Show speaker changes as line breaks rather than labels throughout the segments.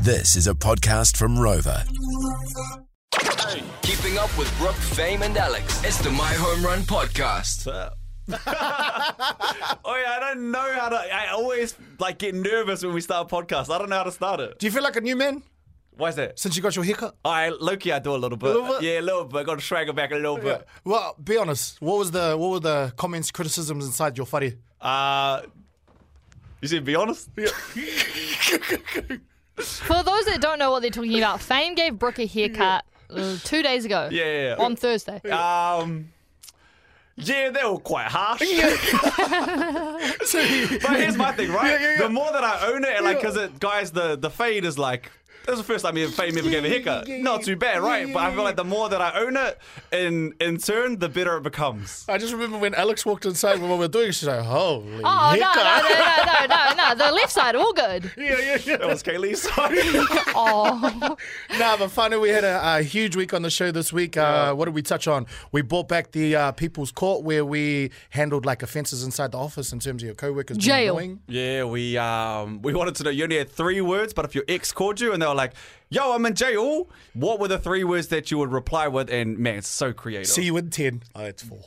This is a podcast from Rover.
Keeping up with Brooke, Fame, and Alex. It's the My Home Run Podcast.
Oh yeah, I don't know how to. I always like get nervous when we start a podcast. I don't know how to start it.
Do you feel like a new man
Why is that?
since you got your haircut?
I Loki, I do a little bit.
little bit?
Yeah, a little bit. Got to shrag it back a little bit.
Well, be honest. What was the what were the comments, criticisms inside your whare?
Uh, you said be honest.
For those that don't know what they're talking about, Fame gave Brooke a haircut uh, two days ago.
Yeah, yeah, yeah.
On Thursday.
Um, yeah, they were quite harsh. but here's my thing, right?
yeah, yeah.
The more that I own it, and like, because it, guys, the the fade is like. That's the first time ever Fame ever gave a haircut. Not too bad, right? but I feel like the more that I own it, in in turn, the better it becomes.
I just remember when Alex walked inside when we were doing it, she's like, holy
oh, no,
haircut.
no, no, no, no, no. The left side, all good.
Yeah, yeah, yeah.
That was Kaylee. Sorry.
Oh,
Nah, but finally, we had a, a huge week on the show this week. Uh, What did we touch on? We brought back the uh, People's Court where we handled like offences inside the office in terms of your co workers.
Jail.
Annoying.
Yeah, we um we wanted to know. You only had three words, but if your ex called you and they were like, "Yo, I'm in jail," what were the three words that you would reply with? And man, it's so creative.
See you in 10. Oh, it's four.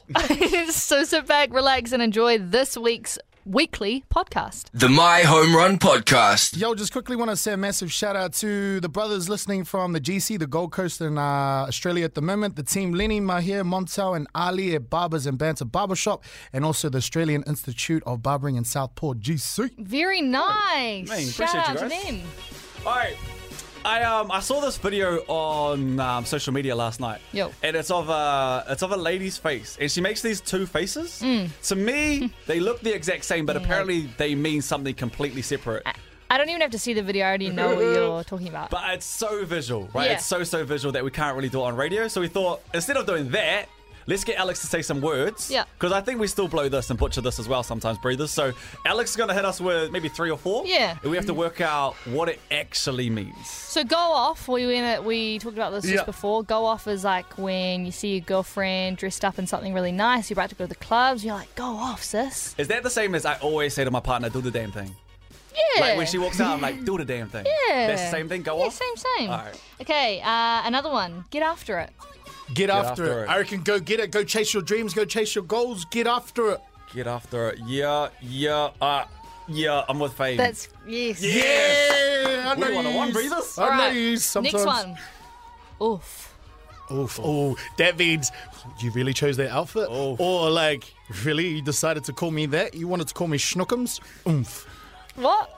so sit back, relax, and enjoy this week's weekly podcast.
The My Home Run Podcast.
Yo, just quickly want to say a massive shout out to the brothers listening from the GC, the Gold Coast, and uh, Australia at the moment. The team Lenny, Mahir, Montel, and Ali at Barbers and Banter Barbershop, and also the Australian Institute of Barbering in Southport, GC.
Very nice.
Man,
Shout
appreciate
out
you
to
guys.
them.
All right. I um I saw this video on um, social media last night.
Yo.
And it's of a it's of a lady's face, and she makes these two faces. To me, they look the exact same, but apparently they mean something completely separate.
I don't even have to see the video. I already know what you're talking about.
But it's so visual, right?
Yeah.
It's so so visual that we can't really do it on radio. So we thought instead of doing that, let's get Alex to say some words.
Yeah.
Because I think we still blow this and butcher this as well sometimes, breathers. So Alex is gonna hit us with maybe three or four.
Yeah.
And we have to work out what it actually means.
So go off. We went. We talked about this
Yeah.
just before. Go off is like when you see your girlfriend dressed up in something really nice. You're about to go to the clubs. You're like, go off, sis.
Is that the same as I always say to my partner, do the damn thing?
Yeah.
Like when she walks out, I'm like, do the damn thing.
Yeah.
That's the same thing, go
Yeah,
off.
same, same.
All right.
Okay, uh, another one. Get after it.
Get, after,
after
it.
it.
I reckon go get it. Go chase your dreams. Go chase your goals. Get after it.
Get after it. Yeah, yeah, uh, yeah, I'm with Faye.
That's yes.
Yeah. I know
We're one on
you
one,
use-
breathers.
I
All
know
right.
you use sometimes.
Next one. Oof.
Oof. Oh, that means you really chose that outfit?
Oof.
Or like, really, you decided to call me that? You wanted to call me Schnookums? Oomph.
What?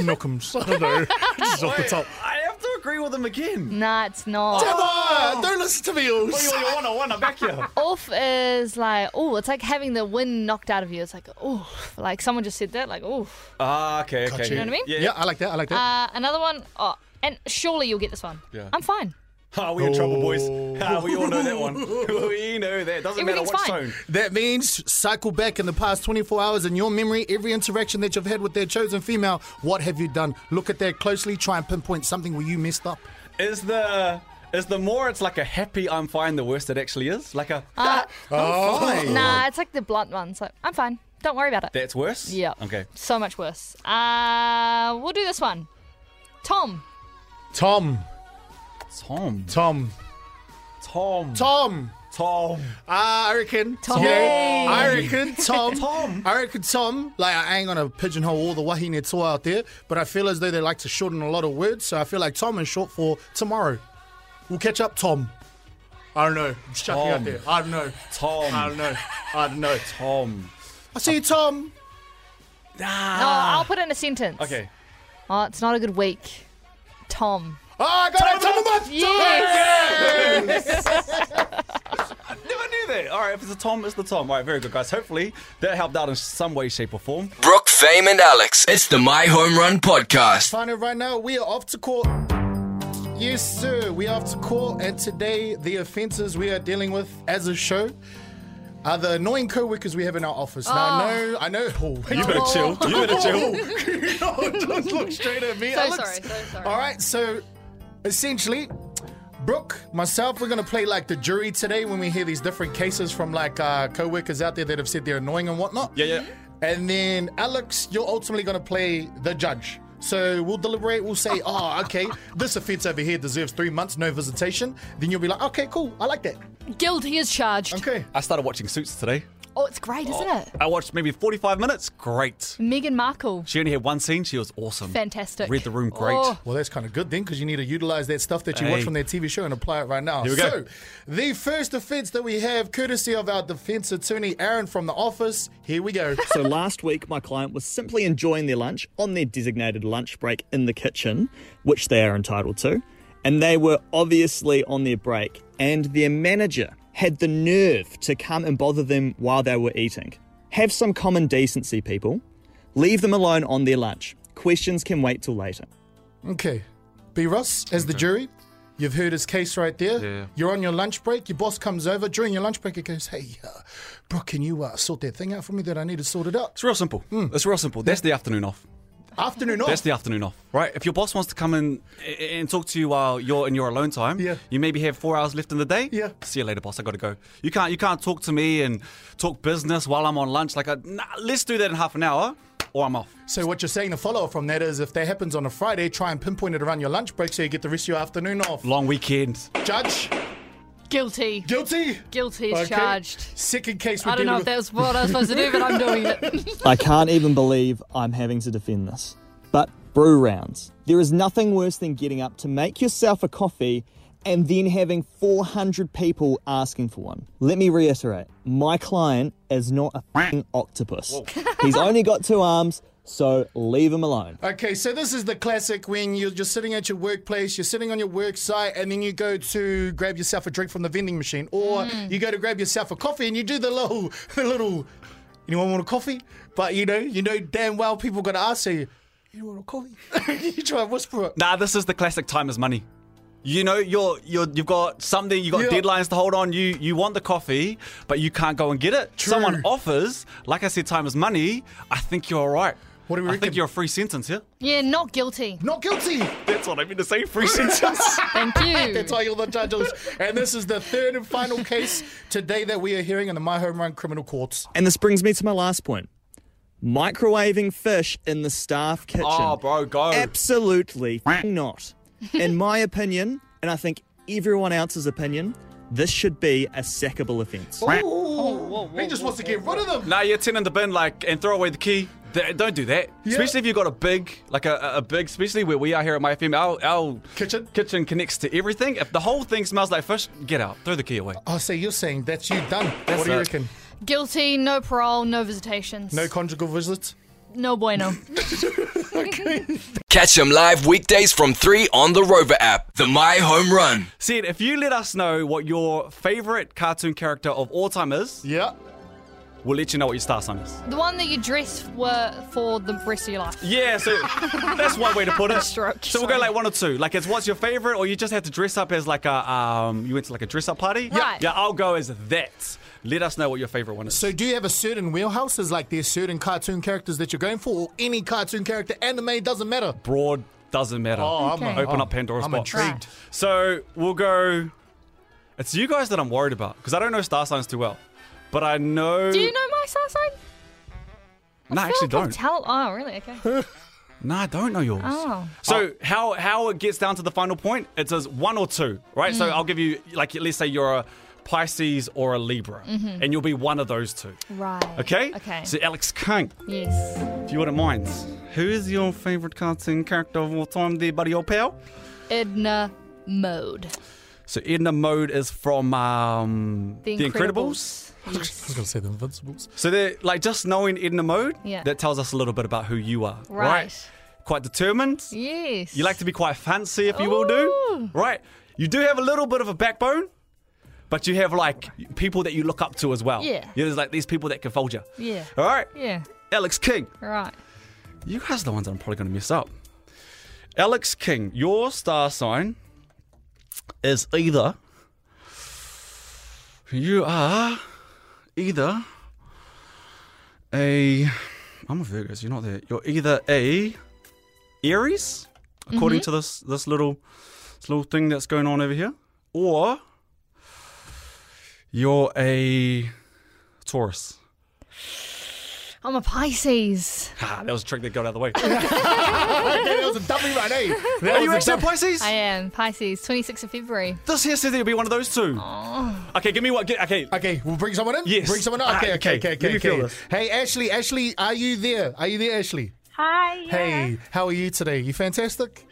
Knockums. I don't know. Just off the top.
I have to agree with him again.
Nah, it's not.
Come on! Don't listen to me, Oz.
You're one on one, I'm back here.
Oof is like, oh, it's like having the wind knocked out of you. It's like, oof. Like someone just said that, like, oof.
Ah, okay, okay.
You know
what I mean?
Yeah,
Yeah, I like that. I like that.
Uh, another one, oh, and surely you'll get this one.
Yeah.
I'm fine.
Ah, we're in trouble, boys.
Oh.
Ah, we all know that one. we know that. Doesn't matter
Everything's
what
fine.
zone.
that means cycle back in the past 24 hours in your memory, every interaction that you've had with their chosen female. What have you done? Look at that closely. Try and pinpoint something where you messed up.
Is the is the more it's like a happy I'm fine, the worse it actually is. Like a
Uh,
Oh,
Nah, it's like the blunt ones. Like, I'm fine. Don't worry about it.
that's worse.
yeah.
Okay.
So much worse. Uh, we'll do this one. Tom.
Tom,
Tom.
Tom,
Tom.
Tom.
Tom.
Ah, I reckon.
Tom.
Yeah,
Yay.
I reckon Tom.
Tom.
I reckon Tom. Like I ain't gonna pigeonhole all the wahine toa out there, but I feel as though they like to shorten a lot of words. So I feel like Tom is short for tomorrow. We'll catch up, Tom. I don't know. Just chucking
Tom.
out there. I don't know.
Tom.
I don't know. I don't know.
Tom.
I see you, Tom.
No, I'll put in a sentence.
Ah. Okay.
Oh, it's not a good week. Tom.
Oh, I got Tom, it. Tom, of the month.
Yes.
Never knew that. All right, if it's a Tom, it's the Tom. All right, very good, guys. Hopefully that helped out in some way, shape, or form.
Brooke, Fame, and Alex. It's the My Home Run Podcast.
Final right now, we are off to court. Yes, sir, we are off to court, and today the offences we are dealing with as a show are the annoying co-workers we have in our office. Now, I know, I know. Oh, you
better chill.
You better chill.
Oh. Don't look straight at me.
So
Alex.
sorry, so sorry.
All right, so essentially, Brooke, myself, we're gonna play like the jury today when we hear these different cases from like uh, co-workers out there that have said they're annoying and whatnot.
Yeah, yeah.
And then Alex, you're ultimately gonna play the judge. So we'll deliberate. We'll say, oh, okay, this offence over here deserves three months, no visitation. Then you'll be like, okay, cool, I like that.
Guilty as charged.
Okay.
I started watching Suits today.
Oh, it's great, isn't it?
I watched maybe 45 minutes. Great.
Oh. Meghan Markle.
She only had one scene. She was awesome.
Fantastic.
Read the room. Great.
Oh.
Well, that's kind of good then, because you need to utilize that stuff that you watch
Hey.
from their TV show and apply it right now.
Here we
so,
go.
the first offense that we have, courtesy of our defense attorney Aaron from the office. Here we go.
So last week, my client was simply enjoying their lunch on their designated lunch break in the kitchen, which they are entitled to. And they were obviously on their break, and their manager had the nerve to come and bother them while they were eating. Have some common decency, people. Leave them alone on their lunch. Questions can wait till later.
Okay. B Ross, as the jury, you've heard his case right there.
Yeah.
You're on your lunch break. Your boss comes over. During your lunch break, he goes, Hey, uh, bro, can you uh, sort that thing out for me that I need to sort it out?
It's real simple.
Hmm.
It's real simple. That's the afternoon off.
Afternoon off.
That's the afternoon off, right? If your boss wants to come in a- a- and talk to you while you're in your alone time,
Yeah.
you maybe have four hours left in the day.
Yeah.
See you later, boss. I got to go. You can't you can't talk to me and talk business while I'm on lunch. Like, I, nah, let's do that in half an hour, or I'm off.
so, what you're saying to follow up from that is if that happens on a Friday, try and pinpoint it around your lunch break so you get the rest of your afternoon off.
Long weekend.
Judge,
Guilty.
guilty.
Guilty as
Okay.
charged.
Second case we're
I don't know
dealing
if that was what I was supposed to do, but I'm doing it.
I can't even believe I'm having to defend this. But brew rounds. There is nothing worse than getting up to make yourself a coffee and then having 400 people asking for one. Let me reiterate my client is not a fing octopus. He's only got two arms, so leave him alone.
Okay, so this is the classic when you're just sitting at your workplace, you're sitting on your work site, and then you go to grab yourself a drink from the vending machine, or
Hmm.
you go to grab yourself a coffee, and you do the little, the little, anyone want a coffee? But you know, you know damn well people gonna ask you, you want a coffee? you try and whisper it.
Nah, this is the classic time is money. You know, you're you're you've got something, you got
Yeah.
deadlines to hold on. You you want the coffee, but you can't go and get it.
True.
Someone offers, like I said, time is money. I think you're all right.
What do
I
we reckon?
think you're a free sentence here.
yeah, not guilty.
Not guilty.
That's what I mean to say. Free sentence.
Thank you.
That's why you're the judges. and this is the third and final case today that we are hearing in the My Home Run Criminal Courts.
And this brings me to my last point microwaving fish in the staff kitchen.
oh, bro, go.
Absolutely f***ing not. In my opinion, and I think everyone else's opinion, this should be a sackable offence.
Oh,
he just wants to get rid of them.
Nah, you're ten in the bin, like, and throw away the key. Th- don't do that. Especially if you've got a big, like a, a- a big, especially where we are here at my FM, our, our
Kitchen?
kitchen connects to everything. If the whole thing smells like fish, get out. Throw the key away.
Oh, so you're saying that's you done. what do you
it.
reckon?
Guilty, no parole, no visitations.
No conjugal visits?
no bueno.
Catch them live weekdays from 3 on the Rover app. The My Home Run.
Sid, if you let us know what your favorite cartoon character of all time is,
Yeah.
we'll let you know what your star sign is.
the one that you dress were for the rest of your life.
Yeah, so that's one way to put it.
Stroke,
so we'll go
sorry.
like one or two. Like it's what's your favorite, or you just have to dress up as like a um you went to like a dress up party. Yeah.
Right.
Yeah, I'll go as that. Let us know what your favorite one is.
So do you have a certain wheelhouse? Is like there's certain cartoon characters that you're going for, or any cartoon character, anime doesn't matter.
broad doesn't matter.
Oh, I'm
Okay.
Open
oh,
up Pandora's
I'm
box.
intrigued.
So we'll go. It's you guys that I'm worried about because I don't know star signs too well, but I know.
Do you know my star sign?
No, I
I
actually
feel like
don't.
I've Tell- oh, really? Okay.
No, I don't know yours.
Oh.
So how how it gets down to the final point? It says one or two, right?
Mm.
So I'll give you like let's say you're a Pisces or a Libra, and you'll be one of those two.
Right.
Okay.
Mm-hmm. Okay.
So Alex Kang,
yes.
if you wouldn't mind, who is your favorite cartoon character of all time, there, buddy or pal?
Edna mode.
So Edna Mode is from um,
The Incredibles. Yes.
gonna say the Invincibles.
So they're like just knowing Edna Mode,
Yeah.
that tells us a little bit about who you are.
Right.
Quite determined.
Yes.
You like to be quite fancy, if you will do.
Ooh.
Right. You do have a little bit of a backbone, but you have like people that you look up to as well.
Yeah.
You know, there's like these people that can fold you.
Yeah.
All right.
Yeah.
Alex King.
Right.
You guys are the ones that I'm probably going to mess up. Alex King, your star sign is either. You are either a. I'm a Virgo, so you're not there. You're either a Aries, according to this this little this little thing that's going on over here, or you're a Taurus.
I'm a Pisces.
Ah, that was a trick that got out of the way.
That was a dummy right eh? That
Are Oh, you
was
actually
a
a
dummy.
Pisces?
I am Pisces. 26th of February.
This here says it'll be one of those two. Okay, give me what. Get, okay,
Okay, we'll bring someone in.
Yes.
bring someone in. Okay,
Ah, okay.
okay, okay,
Let
okay.
me feel
okay.
this.
Hey, Ashley, Ashley, are you there? Are you there, Ashley?
Hi. Yeah.
Hey, how are you today? You fantastic?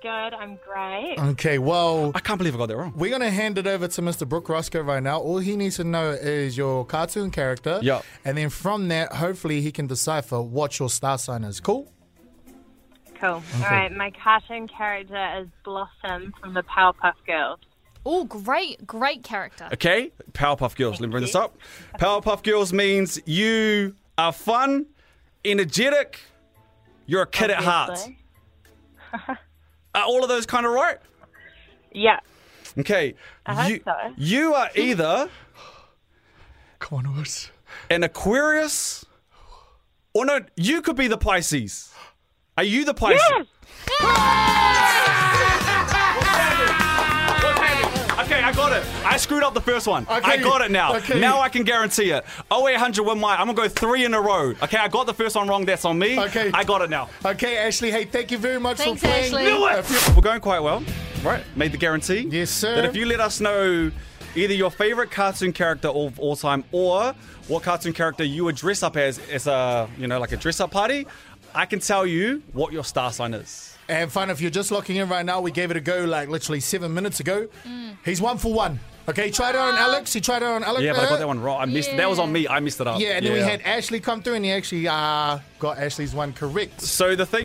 Good. I'm great.
Okay, well,
I can't believe I got that wrong.
we're gonna hand it over to Mr. Brooke Roscoe right now. All he needs to know is your cartoon character.
Yup.
And then from that, hopefully, he can decipher what your star sign is. Cool.
Cool. All right. My cartoon character is Blossom from the Powerpuff Girls.
Oh, great, great character.
Okay, Powerpuff Girls. Let me bring this up. Powerpuff Girls means you are fun, energetic, you're a kid at heart.
Obviously.
Are all of those kind of right?
Yeah.
Okay.
hope
you,
so.
you are either
Come on, us.
an Aquarius or no, you could be the Pisces. Are you the Pisces?
Yes.
Okay, I got it. I screwed up the first one.
Okay.
I got it now.
Okay.
Now I can guarantee it. 0800 win my. I'm gonna go three in a row. Okay, I got the first one wrong. That's on me.
Okay.
I got it now.
Okay, Ashley. Hey, thank you very much
Thanks,
for playing.
Ashley.
Do it.
If you-
We're going quite well, right? Made the guarantee.
Yes, sir.
That if you let us know either your favorite cartoon character of all time or what cartoon character you would dress up as as a you know like a dress up party, I can tell you what your star sign is.
And fun, if you're just locking in right now, we gave it a go like literally seven minutes ago.
Mm.
He's one for one. Okay, he tried it on
Ah.
Alex. He tried it on Alex.
Yeah, but I
Uh,
got that one wrong. I missed it. That was on me. I missed it up.
Yeah, and then we had Ashley come through, and he actually uh, got Ashley's one correct.
So the thing.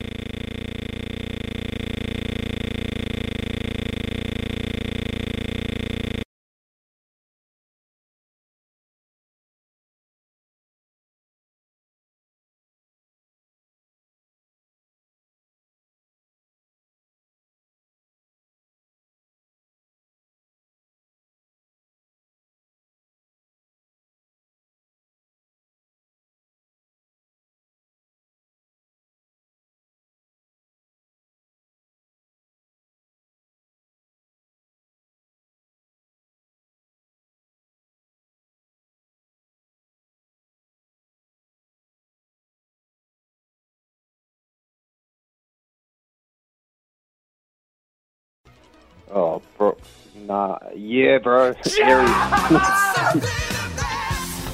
Oh, bro. Nah. Yeah, bro. Aries.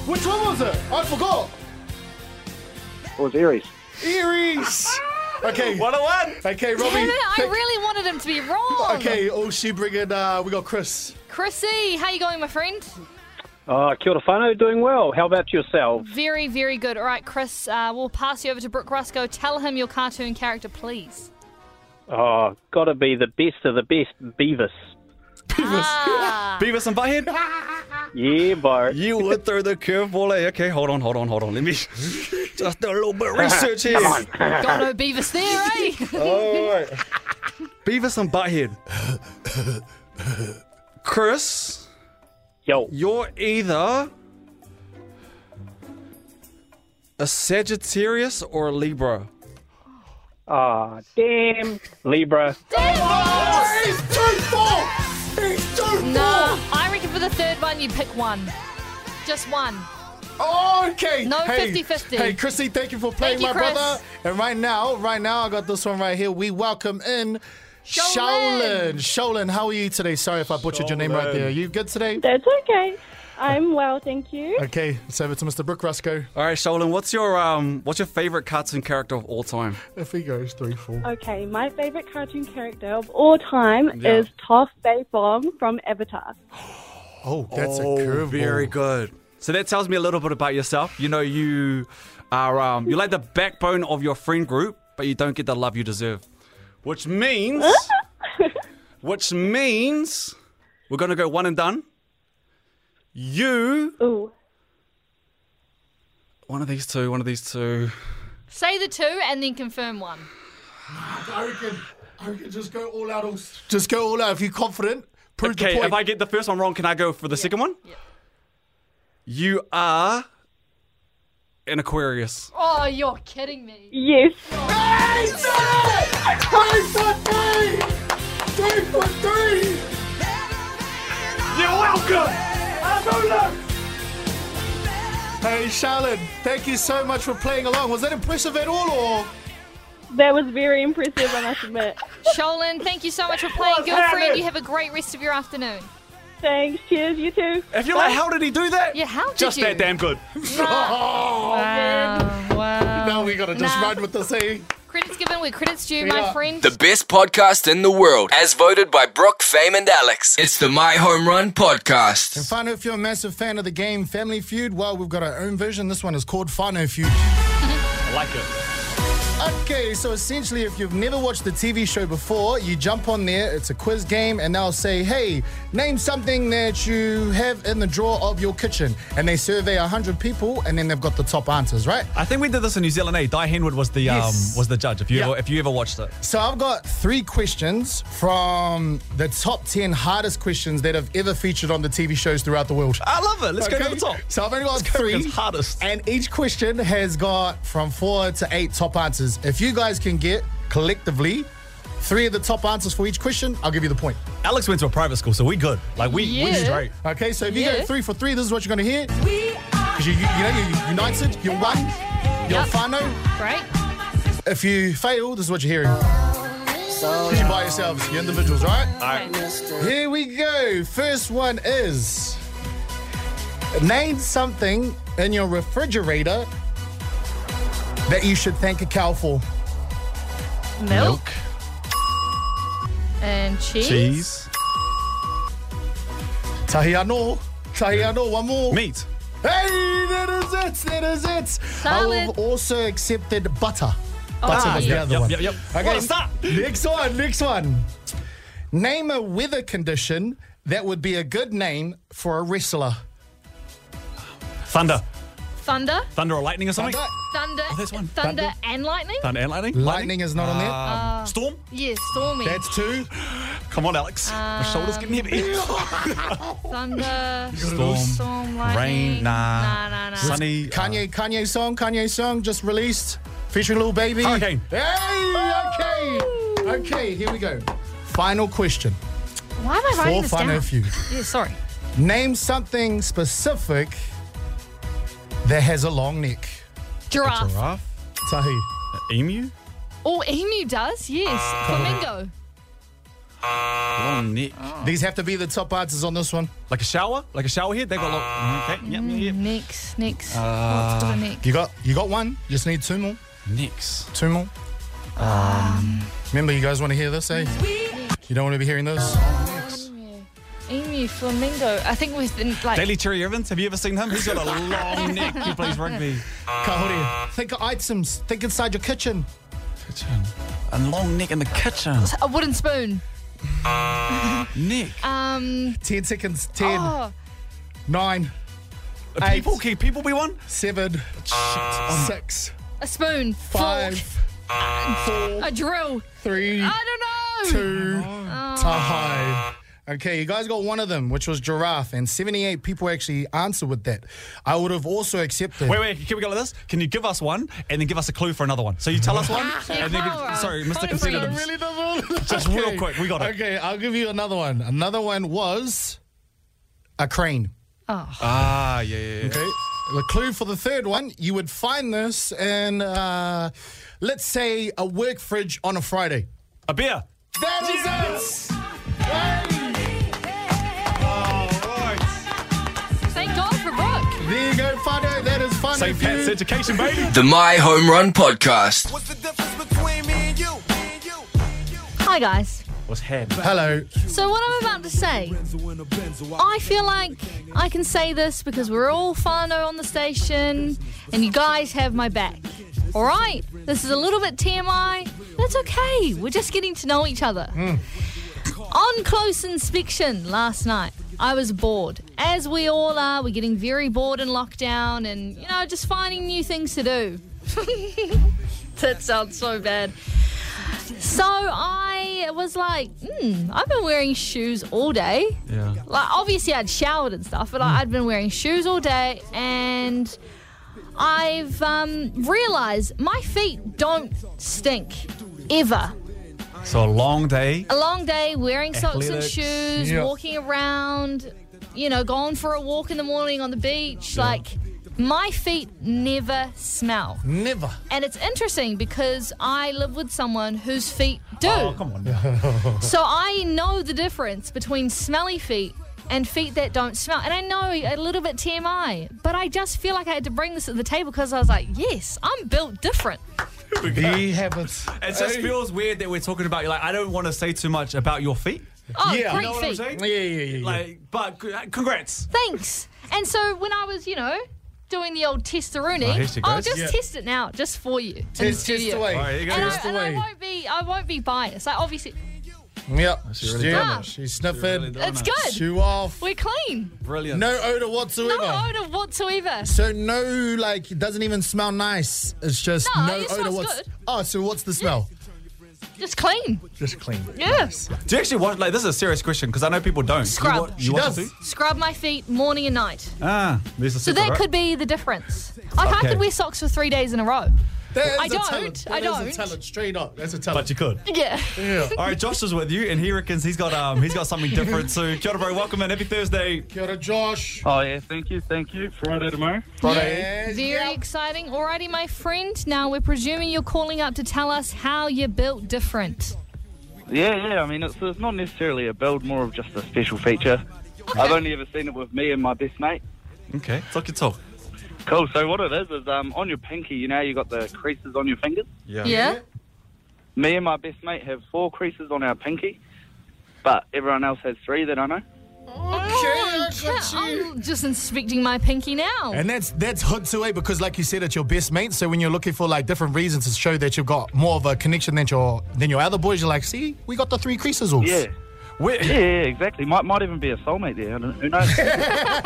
Which one was it? I forgot.
It was Aries.
Aries. Okay.
One on one.
Okay, Robbie.
Damn it, I
take-
really wanted him to be wrong.
okay. Oh, she bringing. Uh, we got Chris.
Chrissy, how you going, my friend?
Uh, kia ora whanau, doing well. How about yourself?
Very, very good. All right, Chris, uh, we'll pass you over to Brooke Rusco. Tell him your cartoon character, please.
Oh, gotta be the best of the best, Beavis.
Ah,
Beavis and Butthead.
Yeah, bro.
You would throw the curveball. eh? Okay, hold on, hold on, hold on. Let me just do a little bit of research here.
got no Beavis there, eh?
Beavis and Butthead. Chris,
Yo,
you're either a Sagittarius or a Libra.
ah, damn, Libra.
He's too full. He's too full.
no, I reckon for the third one, you pick one. Just one.
okay.
No,
hey,
50-50.
Hey, Chrissy, thank you for playing,
Thank you,
my
Chris.
brother. And right now, right now, I got this one right here. We welcome in Shaolin.
Shaolin.
Shaolin, how are you today? Sorry if I butchered your name right there. You good today?
That's okay. I'm well, thank you.
Okay, it's over to Mr. Brooke Rusco.
All right, Sholin, what's your um, what's your favorite cartoon character of all time?
If he goes three, four.
Okay, my favorite cartoon character of all time
Yeah.
is Toph Bay Bong from Avatar.
Oh, that's
oh,
a curveball.
very good. So that tells me a little bit about yourself. You know, you are um, you're like the backbone of your friend group, but you don't get the love you deserve, which means, which means, we're gonna go one and done. You,
Ooh,
one of these two, one of these two.
Say the two and then confirm one.
I reckon, I reckon just go all out. All, just go all out. If you're confident, prove the
Okay,
point.
if I get the first one wrong, can I go for the second one?
yeah.
You are an Aquarius.
Oh, you're kidding me.
yes.
Hey, he's done it! Three for three! Three for three!
You're welcome.
Hey, Charlotte, thank you so much for playing along. Was that impressive at all,
Um,
or?
That was very impressive, I must admit.
Sholin, thank you so much for playing,
What's
girlfriend.
happening?
You have a great rest of your afternoon.
Thanks. Cheers. You too.
If you're like, how did he do that?
Yeah, how did
Just
you?
that damn good.
Oh,
Um,
man. Wow.
Now we gotta just
Nah.
run with this, eh?
Credits given where credits due,
Yeah.
my friend.
The best podcast in the world, as voted by Brooke, Fame, and Alex. It's the My Home Run Podcast.
And find out if you're a massive fan of the game Family Feud. Well, we've got our own version. This one is called Fano Feud.
I like it.
Okay, so essentially, if you've never watched the TV show before, you jump on there, it's a quiz game, and they'll say, hey, name something that you have in the drawer of your kitchen. And they survey 100 people, and then they've got the top answers, right?
I think we did this in New Zealand. Eh? Di Henwood was the
Yes.
um, was the judge. If you
Yeah.
ever, if you ever watched it,
So I've got three questions from the top 10 hardest questions that have ever featured on the TV shows throughout the world.
I love it. Let's go to
Okay,
the top.
So I've only got
Let's go
three.
with his hardest.
And each question has got from four to eight top answers. If you guys can get collectively three of the top answers for each question, I'll give you the point.
Alex went to a private school, so we good. Like we we
Yeah.
straight.
Okay, so if you
Yeah.
go three for three, this is what you're going to hear. Because you, you, you know, you're united, you're one, you're
Yep.
whānau.
Great.
If you fail, this is what you're hearing. Because you're by yourselves, you're individuals, right? Here we go. First one is name something in your refrigerator that you should thank a cow for.
Milk, and cheese.
cheese,
Tahi anō. Tahi anō, one more.
meat.
Hey, that is it. That is it. I
Solid.
have also accepted butter.
Oh,
Butter
yeah.
was the
Ah, Yep,
other
yep,
one.
yep, yep.
Okay.
What a start.
Next one. Next one. Name a weather condition that would be a good name for a wrestler.
Thunder,
Thunder.
thunder or lightning or something.
Thunder.
Thunder.
Oh, there's one.
Thunder, and lightning.
Thunder and lightning.
Lightning is not on there.
Um, storm.
Yeah, stormy.
That's two. Um,
Come on, Alex. My shoulders getting heavy.
Thunder.
Storm.
Storm. Lightning.
Rain. Nah.
Nah. Nah. Nah.
Sunny.
Kanye, Kanye song, Kanye song just released featuring Lil Baby.
Hurricane.
Hey, okay. Okay, here we go. Final question.
Why am I
For
writing this
Fun
down?
Earth You.
Yeah, sorry.
Name something specific that has a long neck.
Giraffe.
Giraffe.
Tahi.
Emu.
Oh, emu does. Yes. Flamingo.
Long neck.
These have to be the top answers on this one.
Like a shower. Like a shower head. They got long. Okay. Yep. Yep.
Next. Next. What's for the next?
You got you got one. You just need two more.
Necks.
Two more. Um, Remember, you guys want to hear this, eh? You don't want to be hearing this.
Emu. Flamingo. I think we've been like.
Daily Cherry Evans. Have you ever seen him? He's got a long neck. He plays rugby.
Kahori, think of items. Think inside your kitchen.
Kitchen. A long neck in the kitchen.
A wooden spoon.
Neck.
Um.
Ten seconds. Ten.
Oh,
Nine.
Uh, people. Can people be one?
Seven. Six.
a spoon. Fork.
Five.
A drill.
Three.
I don't know.
Two. Tahai. Okay, you guys got one of them, which was giraffe, and 78 people actually answered with that. I would have also accepted.
Wait, wait, can we go like this? Can you give us one and then give us a clue for another one? So you tell us one,
Yeah,
and then
come
give,
on.
sorry, Mr.
Come on,
I
Considerative.
really don't know.
Just real quick, we got it.
Okay, I'll give you another one. Another one was a crane.
Oh.
Ah, yeah, yeah, yeah.
Okay. The clue for the third one, you would find this in, uh, let's say, a work fridge on a Friday.
A beer.
That is us!
Thank God for Brooke.
There you go, Fado. That is fun.
St. Pat's education, baby.
The My Home Run Podcast.
Hi guys.
Was head.
Hello.
So what I'm about to say, I feel like I can say this because we're all Fano on the station, and you guys have my back. All right, this is a little bit TMI. That's okay. We're just getting to know each other. On close inspection last night, I was bored. As we all are, we're getting very bored in lockdown and, you know, just finding new things to do. that sounds so bad. So I was like, hmm, I've been wearing shoes all day.
Yeah.
Like, obviously, I'd showered and stuff, but I I'd been wearing shoes all day and. I've um, realised my feet don't stink ever.
So a long day.
A long day wearing socks and
Athletics.
shoes,
Yeah.
walking around, you know, going for a walk in the morning on the beach. Like, My feet never smell.
Never.
And it's interesting because I live with someone whose feet do.
Oh, come on now.
So I know the difference between smelly feet and feet that don't smell. And I know a little bit TMI, but I just feel like I had to bring this to the table because I was like, yes, I'm built different.
There you have it.
It just feels weird that we're talking about. Like, I don't want to say too much about your feet.
Oh,
you
great
know what I'm
feet.
saying? Yeah, yeah, yeah. Like, but c- uh, congrats.
Thanks. And so when I was, you know, doing the old testaruni,
Oh, here she
I'll
goes.
just
Yeah.
test it now, just for you. in the
Test- test
studio.
away. All right, you go.
and
Test
I, and
away.
I won't be, I won't be biased. Like obviously,
Yep.
She really
Yeah.
done it.
She's sniffing.
it's good.
Shoe off.
We're clean.
Brilliant.
No odor whatsoever.
No odor whatsoever.
So no, like, it doesn't even smell nice. It's just
No,
no,
it
odor.
smells
What's
good.
oh? So what's the smell?
Just clean.
Just clean.
Yes.
Do you actually watch? Like, this is a serious question because I know people don't.
Scrub.
You, wa-
She
you watch
does.
it too?
Scrub my feet morning and night.
Ah, there's a
So that could be the difference. Like I
Okay.
could wear socks for three days in a row.
That is
I
a
don't.
talent.
I
That is
don't.
a talent. Straight up. That's a
But
talent.
you could.
Yeah.
yeah.
All right, Josh is with you, and he reckons he's got um he's got something different. So, Kia ora, bro. Welcome in. Happy Thursday.
Kia ora, Josh.
Oh, yeah, thank you, thank you. Friday tomorrow.
Yes,
Very
yep.
exciting. Alrighty, my friend. Now we're presuming you're calling up to tell us how you're built different.
Yeah, yeah, I mean, it's, it's not necessarily a build, more of just a special feature. I've only ever seen it with me and my best mate.
Okay, talk your talk.
Cool, so what it is, is um, on your pinky, you know, you got the creases on your fingers.
Yeah.
Me and my best mate have four creases on our pinky, but everyone else has three that I know.
Oh, ca- I'm just inspecting my pinky now.
And that's that's hood to it because, like you said, it's your best mate. So when you're looking for like different reasons to show that you've got more of a connection than your than your other boys, you're like, see, we got the three creases all.
Yeah.
Where-
Yeah, yeah, exactly. Might might even be a soulmate there. I don't- Who knows?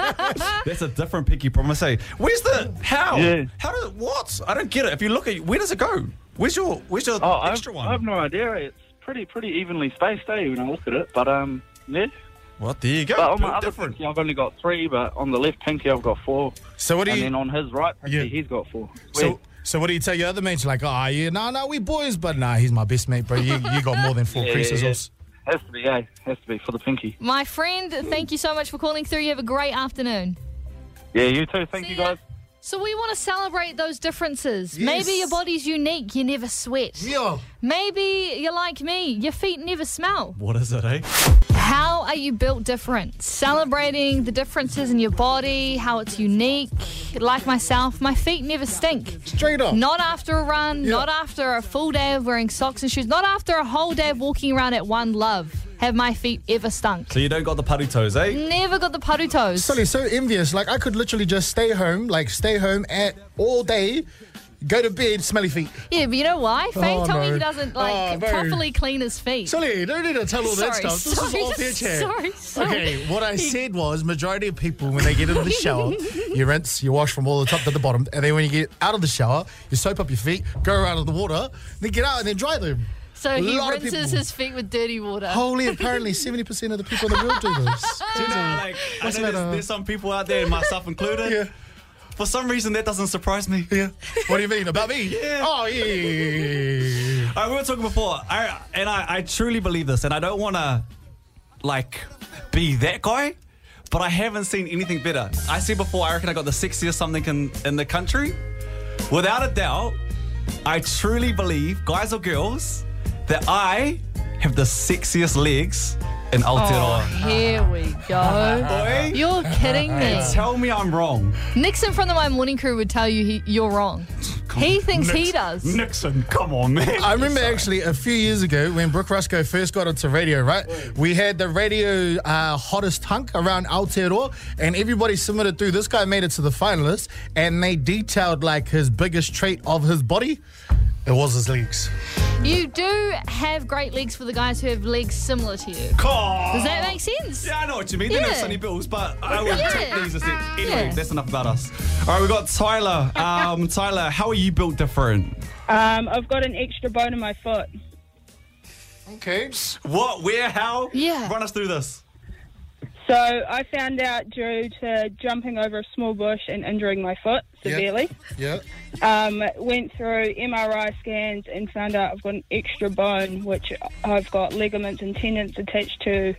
That's a different pinky problem. I say, where's the how?
Yeah.
How does what? I don't get it. If you look at where does it go? Where's your where's your
oh,
extra
I've,
one?
I've no idea. It's pretty pretty evenly spaced, eh? When I look at it, but um, yeah.
What? There you go.
But on
Built
my other
different.
pinky, I've only got three. But on the left pinky, I've got four.
So what do
and
you-
then on his right pinky,
Yeah.
he's got four.
So so what do you tell your other mates? Like, oh yeah, no, no, we boys, but nah, he's my best mate, bro. You you got more than four
Yeah, yeah,
creases.
yeah.
also.
Weird. has to be, eh? Has to be for the pinky.
My friend, thank you so much for calling through. You have a great afternoon.
Yeah, you too. Thank you guys.
So we want to celebrate those differences.
Yes.
Maybe your body's unique, you never sweat.
Yeah.
Maybe you're like me, your feet never smell.
What is it, eh?
How are you built different? Celebrating the differences in your body, how it's unique. Like myself, my feet never stink.
Straight up.
Not after a run, not after a full day of wearing socks and shoes, not after a whole day of walking around at one love have my feet ever stunk.
So you don't got the putty toes, eh?
Never got the putty toes.
Sully, so envious. Like I could literally just stay home, like stay home at all day, go to bed, smelly feet.
Yeah, but you know why? Faye
Oh,
told me
no.
he doesn't like
Oh, no.
properly clean his feet.
Sully, you don't need to tell all that
Sorry,
stuff. This
sorry,
is off your chair.
sorry, sorry.
Okay, what I said was majority of people when they get into the shower, you rinse, you wash from all the top to the bottom, and then when you get out of the shower, you soap up your feet, go around in the water, then get out and then dry them.
So he
lot of
rinses
people-
his feet with dirty water.
Holy, apparently seventy percent of the people in the world do this.
Do you know, like, I
What's
know
the
there's,
matter?
there's some people out there, myself included.
Yeah.
For some reason, that doesn't surprise me.
Yeah. What do you mean about me?
Yeah.
Oh yeah. yeah, yeah, yeah, yeah.
All right, we were talking before, I, and I, I truly believe this, and I don't want to, like, be that guy, but I haven't seen anything better. I said before, I reckon I got the sexiest something in, in the country. Without a doubt, I truly believe, guys or girls, that I have the sexiest legs in
Oh,
Aotearoa.
here we go.
Boy,
You're kidding me.
tell me I'm wrong.
Nixon from the My Morning Crew would tell you he, you're wrong. He thinks he does.
Nixon, come on, man.
I remember actually a few years ago when Brooke Rusco first got into radio, right? We had the radio uh, hottest hunk around Aotearoa, and everybody submitted through. This guy made it to the finalists, and they detailed like his biggest trait of his body. It was his legs.
You do have great legs for the guys who have legs similar to you. Does that make sense?
Yeah, I know what you mean. They know
Yeah.
Sunny Bills, but I would
Yeah.
take these as it. Anyway,
Yeah.
that's enough about us. All right, we got Tyler. Um, Tyler, how are you built different?
Um, I've got an extra bone in my foot.
Okay.
What? Where? How?
Yeah.
Run us through this.
So I found out due to jumping over a small bush and injuring my foot severely.
Yeah.
Um, went through MRI scans and found out I've got an extra bone, which I've got ligaments and tendons attached to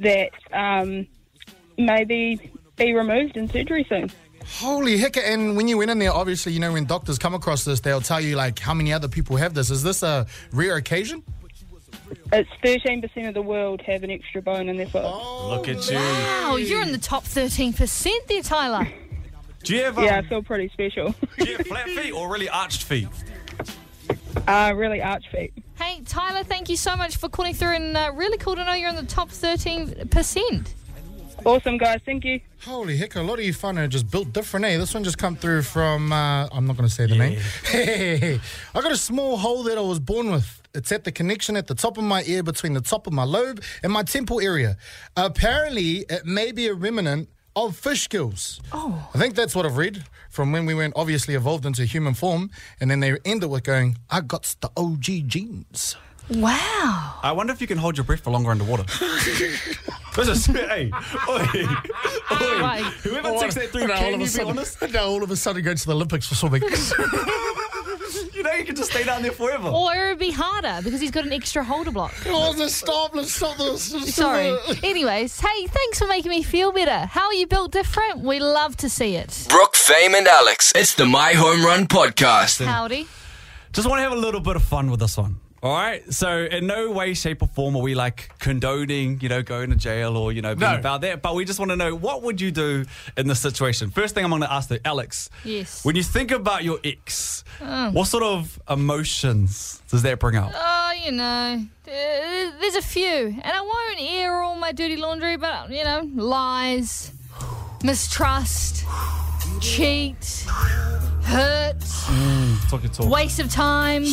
that um, may be, be removed in surgery soon.
Holy heck. And when you went in there, obviously, you know, when doctors come across this, they'll tell you, like, how many other people have this. Is this a rare occasion?
It's 13% of the world have an extra bone in their foot.
Look at you.
Wow, Oh, you're in the top 13% there, Tyler.
Do you have um,
Yeah, I feel pretty special.
do you have flat feet or really arched feet?
uh, really arch feet.
Hey, Tyler, thank you so much for calling through and uh, really cool to know you're in the top 13%.
Awesome, guys. Thank you.
Holy heck, a lot of you fun are just built different, eh? This one just come through from, uh, I'm not going to say the name. Hey, I got a small hole that I was born with. It's at the connection at the top of my ear between the top of my lobe and my temple area. Apparently, it may be a remnant of fish gills.
Oh.
I think that's what I've read from when we weren't obviously evolved into human form. And then they end it with going, I got the OG genes.
Wow.
I wonder if you can hold your breath for longer underwater. this is, hey, oi, oi.
Right.
Whoever takes that through,
Now
can you be
sudden,
honest?
now all of a sudden go to the Olympics for swimming.
You know, you can just stay down there forever.
Or it would be harder because he's got an extra holder block.
oh, let's stop, let's stop this. Let's stop
Sorry.
it.
Anyways, hey, thanks for making me feel better. How are you built different? We love to see it.
Brooke, Fame, and Alex. It's the My Home Run Podcast.
Howdy.
Just want to have a little bit of fun with this one. All right. So, in no way, shape, or form are we like condoning, you know, going to jail or, you know, being
No.
about that. But we just want to know what would you do in this situation? First thing I'm going to ask though, Alex.
Yes.
When you think about your ex, what sort of emotions does that bring up?
Oh, you know, there- there's a few. And I won't air all my dirty laundry, but, you know, lies, mistrust, cheat, hurt,
Talk your talk.
waste of time,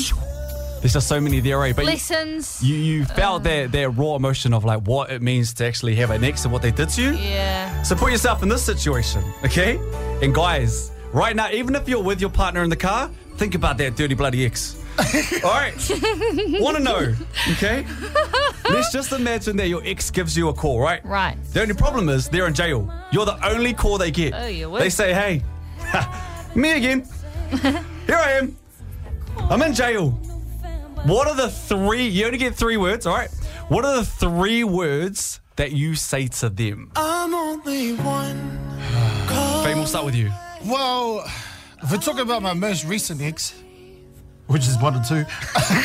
There's just so many there, eh? But you-
lessons.
you, you felt their, their raw emotion of like what it means to actually have an ex and what they did to you.
Yeah. Oh
So put yourself in this situation, okay? And guys, right now, even if you're with your partner in the car, think about that dirty bloody ex. All right. Want to know, okay? Let's just imagine that your ex gives you a call, right?
Right.
The only problem is they're in jail. You're the only call they get.
Oh, you would.
They say, hey, me again. Here I am. I'm in jail. What are the three? You only get three words, all right? What are the three words that you say to them?
I'm only one.
Fame, we'll start with you.
Well, if we talk about my most recent ex, which is one or two,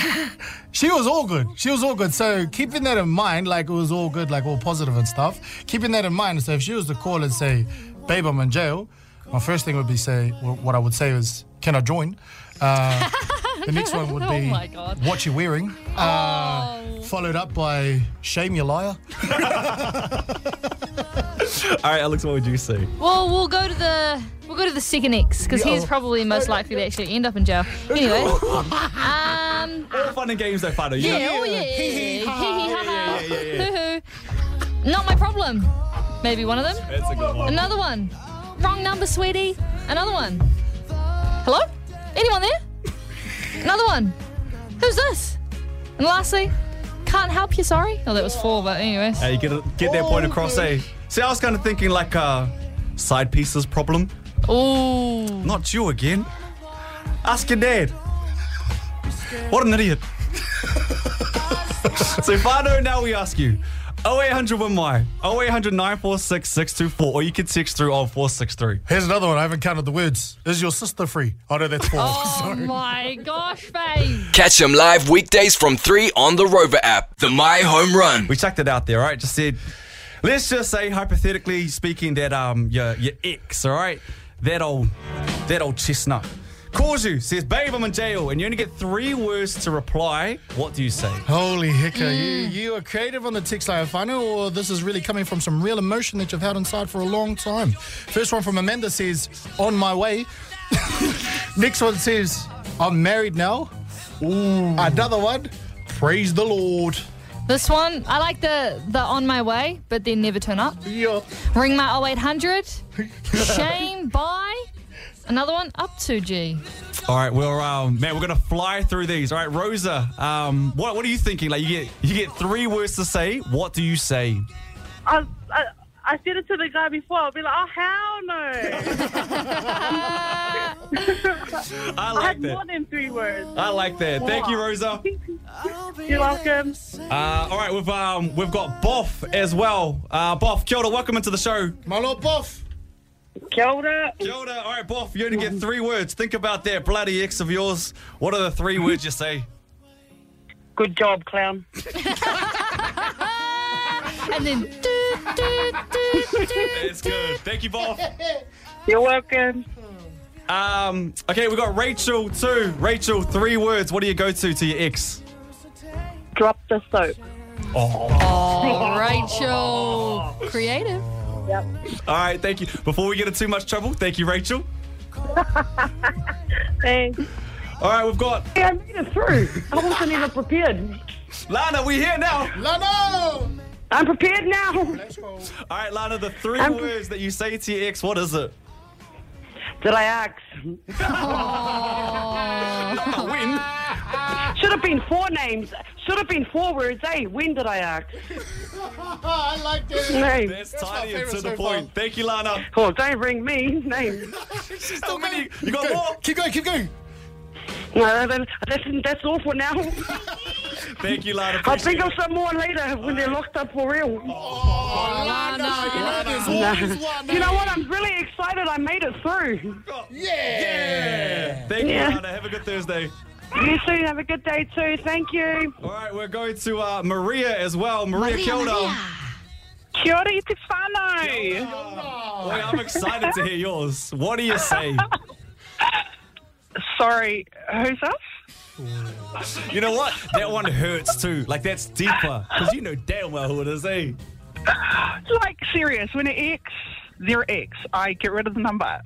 she was all good. She was all good. So keeping that in mind, like it was all good, like all positive and stuff. Keeping that in mind, so if she was to call and say, "Babe, I'm in jail," my first thing would be say, well, what I would say is, "Can I join?" Uh, the next one would
Oh
be,
my God. Oh.
"What you wearing?" Uh, Followed up by, "Shame you liar."
All right, Alex, what would you say?
Well, we'll go to the we'll go to the second ex because he's
Yeah.
probably most likely to actually end up in jail. Anyway, um,
All fun and games, though, Fado. You
yeah,
know?
oh yeah, yeah, yeah, yeah, hee hee, ha ha,
yeah, yeah,
hoo-hoo. Not my problem. Maybe one of them.
That's a good one.
Another one. Wrong number, sweetie. Another one. Hello? Anyone there? Another one. Who's this? And lastly, can't help you. Sorry. Oh, that was four, but anyways.
Hey, you get, get
Oh,
that point across, eh? See, I was kind of thinking like a side pieces problem.
Ooh.
Not you again. Ask your dad. What an idiot. so, Fado, now we ask you 0800 WinMy, 0800 946 624, or you can text through 0463.
Here's another one. I haven't counted the words. Is your sister free? Oh no, that's four.
Oh my gosh, babe.
Catch them live weekdays from 3 on the Rover app. The My Home Run.
We checked it out there, all right? Just said, let's just say, hypothetically speaking, that um your your ex, all right, that old that old chestnut calls you, says, "Babe, I'm in jail," and you only get three words to reply. What do you say?
Holy hicker, you, you are creative on the text line, Fano, or uh, this is really coming from some real emotion that you've had inside for a long time. First one from Amanda says, On my way. Next one says, I'm married now. Another one, Praise the Lord.
This one, I like the the on my way, but then never turn up.
Yeah.
Ring my 0800. Shame, bye. Another one, up to G.
All right, well, um, man, we're gonna fly through these. All right, Rosa, um, what what are you thinking? Like, you get you get three words to say. What do you say?
I, I, I said it to the guy before. I'll be like, oh, hell no.
I
I had
like
more
that.
than three words.
I like that. Thank you, Rosa.
You're welcome.
Uh, all right, we've um, we've got Boff as well. Uh, Boff, kia ora, welcome into the show.
My Lord Boff.
Kia ora.
Kia ora. All right, Boff, you only get three words. Think about that bloody ex of yours. What are the three words you say?
Good job, clown.
and then. Do, do, do, do,
That's good. Thank you, Boff.
You're welcome.
Um, okay, we got Rachel too. Rachel, three words. What do you go to to your ex?
Drop the soap.
Oh, Rachel. Creative.
Yep.
All right, thank you. Before we get into too much trouble, thank you, Rachel.
Thanks.
All right, we've got
Hey, I made it through. I wasn't even prepared.
Lana. We're here now.
Lano! I'm prepared now.
All right, Lana, the 3 words that you say to your ex, what is it?
Did I ask? Should have been four names. Should have been four words. Hey, when did I ask?
Ah, I like this.
Name.
That's tiny and to the point. Thank you, Lana.
Oh, don't ring me. Name.
How many? You got more?
Keep going, keep going.
No, that- that's, that's all for now.
Thank you, Lana.
I'll think of some more later when they're locked up for real. You know what? I'm really excited I made it through.
Yeah. Thank
Yeah.
you, Lana. Have a good Thursday.
You too. Have a good day too. Thank you.
All right, we're going to uh, Maria as well. Maria,
Maria,
Maria Kilda.
Maria. Kia ora, Itifano.
I'm excited to hear yours. What do you say?
Sorry, who's us?
You know what? That one hurts too. Like, that's deeper. Because you know damn well who it is, eh?
Like, serious, when an ex, their ex, I get rid of the number.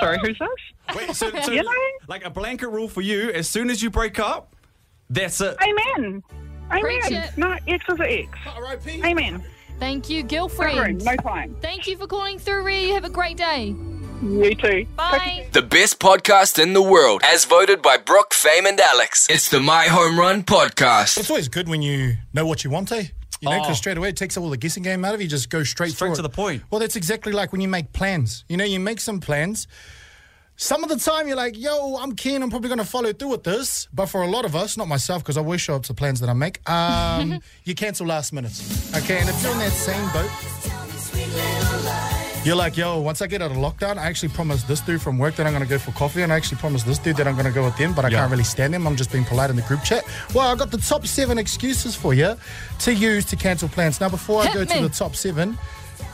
Sorry, who's this?
Wait, so, so
You know?
like a blanket rule for you, as soon as you break up, that's it.
Amen.
Preach
Amen.
it.
No, ex is an ex. Amen.
Thank you, girlfriend.
Don't worry, no time.
Thank you for calling through, Ria. You have a great day.
You too.
Bye.
The best podcast in the world, as voted by Brooke, Fame, and Alex. It's the My Home Run Podcast.
It's always good when you know what you want to. You know, because
Oh.
straight away it takes all the guessing game out of you. Just go straight,
Straight
for
to
it.
the point.
Well, that's exactly like when you make plans. You know, you make some plans. Some of the time you're like, yo, I'm keen. I'm probably going to follow through with this. But for a lot of us, not myself, because I always show up to plans that I make, um, you cancel last minute. Okay, and if you're in that same boat, you're like, yo, once I get out of lockdown, I actually promised this dude from work that I'm going to go for coffee, and I actually promised this dude that I'm going to go with them, but I can't really stand them. I'm just being polite in the group chat. Well, I've got the top seven excuses for you to use to cancel plans. Now, before I
Hit
go
me.
to the top seven,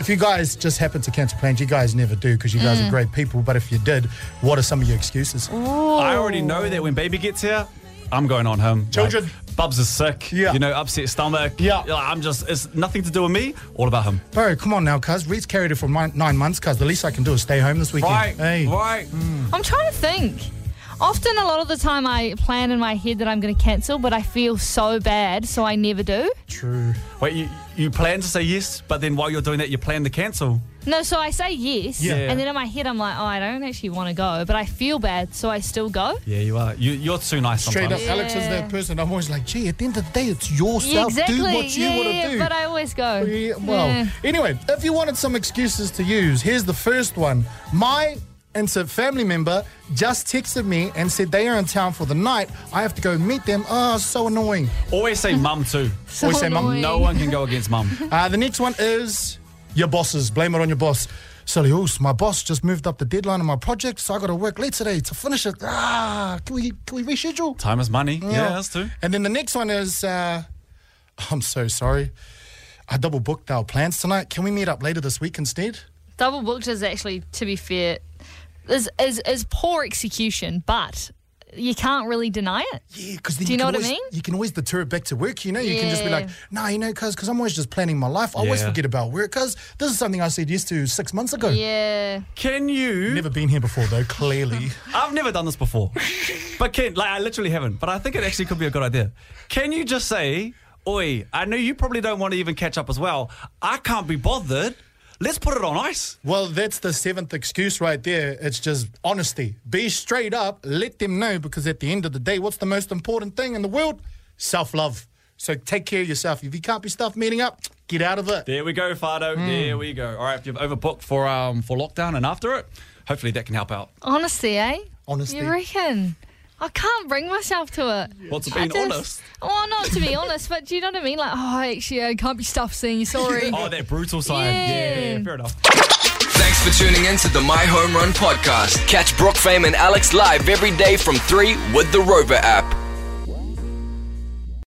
if you guys just happen to cancel plans, you guys never do because you guys
Mm.
are great people, but if you did, what are some of your excuses?
Oh.
I already know that when baby gets here, I'm going on him. Children. Bubs is sick. Yeah. You know, upset stomach. Yeah. I'm just, it's nothing to do with me, all about him.
Bro, come on now, cuz. Reed's carried it for mi- nine months, cuz. The least I can do is stay home this weekend.
Right,
Hey.
right.
I'm trying to think. Often, a lot of the time, I plan in my head that I'm going to cancel, but I feel so bad, so I never do.
True.
Wait, you, you plan to say yes, but then while you're doing that, you plan to cancel.
No, so I say yes,
Yeah.
and then in my head, I'm like, oh, I don't actually want to go, but I feel bad, so I still go.
Yeah, you are. You, you're too nice
Straight
sometimes.
up, Alex is that person. I'm always like, gee, at the end of the day, it's yourself.
exactly.
Do what you
yeah,
want to
yeah,
do.
but I always go.
Yeah, well,
Yeah.
anyway, if you wanted some excuses to use, here's the first one. My insert family member just texted me and said they are in town for the night. I have to go meet them. Oh, so annoying.
Always say mum too.
So Always say mum. annoying.
No one can go against mum.
Uh, the next one is your bosses. Blame it on your boss. Silly horse, my boss just moved up the deadline on my project, so I got to work late today to finish it. Ah, can we can we reschedule?
Time is money. Yeah, that's true.
And then the next one is, uh, I'm so sorry. I double booked our plans tonight. Can we meet up later this week instead?
Double booked is actually, to be fair, is is, is poor execution, but you can't really deny it.
Yeah, because
do you, know
can
what I
always-
mean?
You can always deter it back to work. You know, you can just be
Yeah.
like, nah, you know, because because I'm always just planning my life. I always
Yeah.
forget about work because this is something I said yes to six months ago.
Yeah.
Can you?
Never been here before though. Clearly,
I've never done this before. But can like I literally haven't. But I think it actually could be a good idea. Can you just say, Oi, I know you probably don't want to even catch up as well. I can't be bothered. Let's put it on ice.
Well, that's the seventh excuse right there. It's just honesty. Be straight up. Let them know because at the end of the day, what's the most important thing in the world? Self love. So take care of yourself. If you can't be stuffed meeting up, get out of it.
There we go, Fado. There we go. All right, if you've overbooked for um for lockdown and after it, hopefully that can help out.
Honesty, eh?
Honesty.
You reckon? I can't bring myself to it.
Well, to
I
be
just-
honest.
Well, not to be honest, but do you know what I mean? Like, oh, actually, I can't be stuffed seeing you. Sorry.
oh, that brutal side. Yeah, yeah, yeah, fair enough.
Thanks for tuning in to the My Home Run podcast. Catch Brooke Fame and Alex live every day from 3 with the Rover app.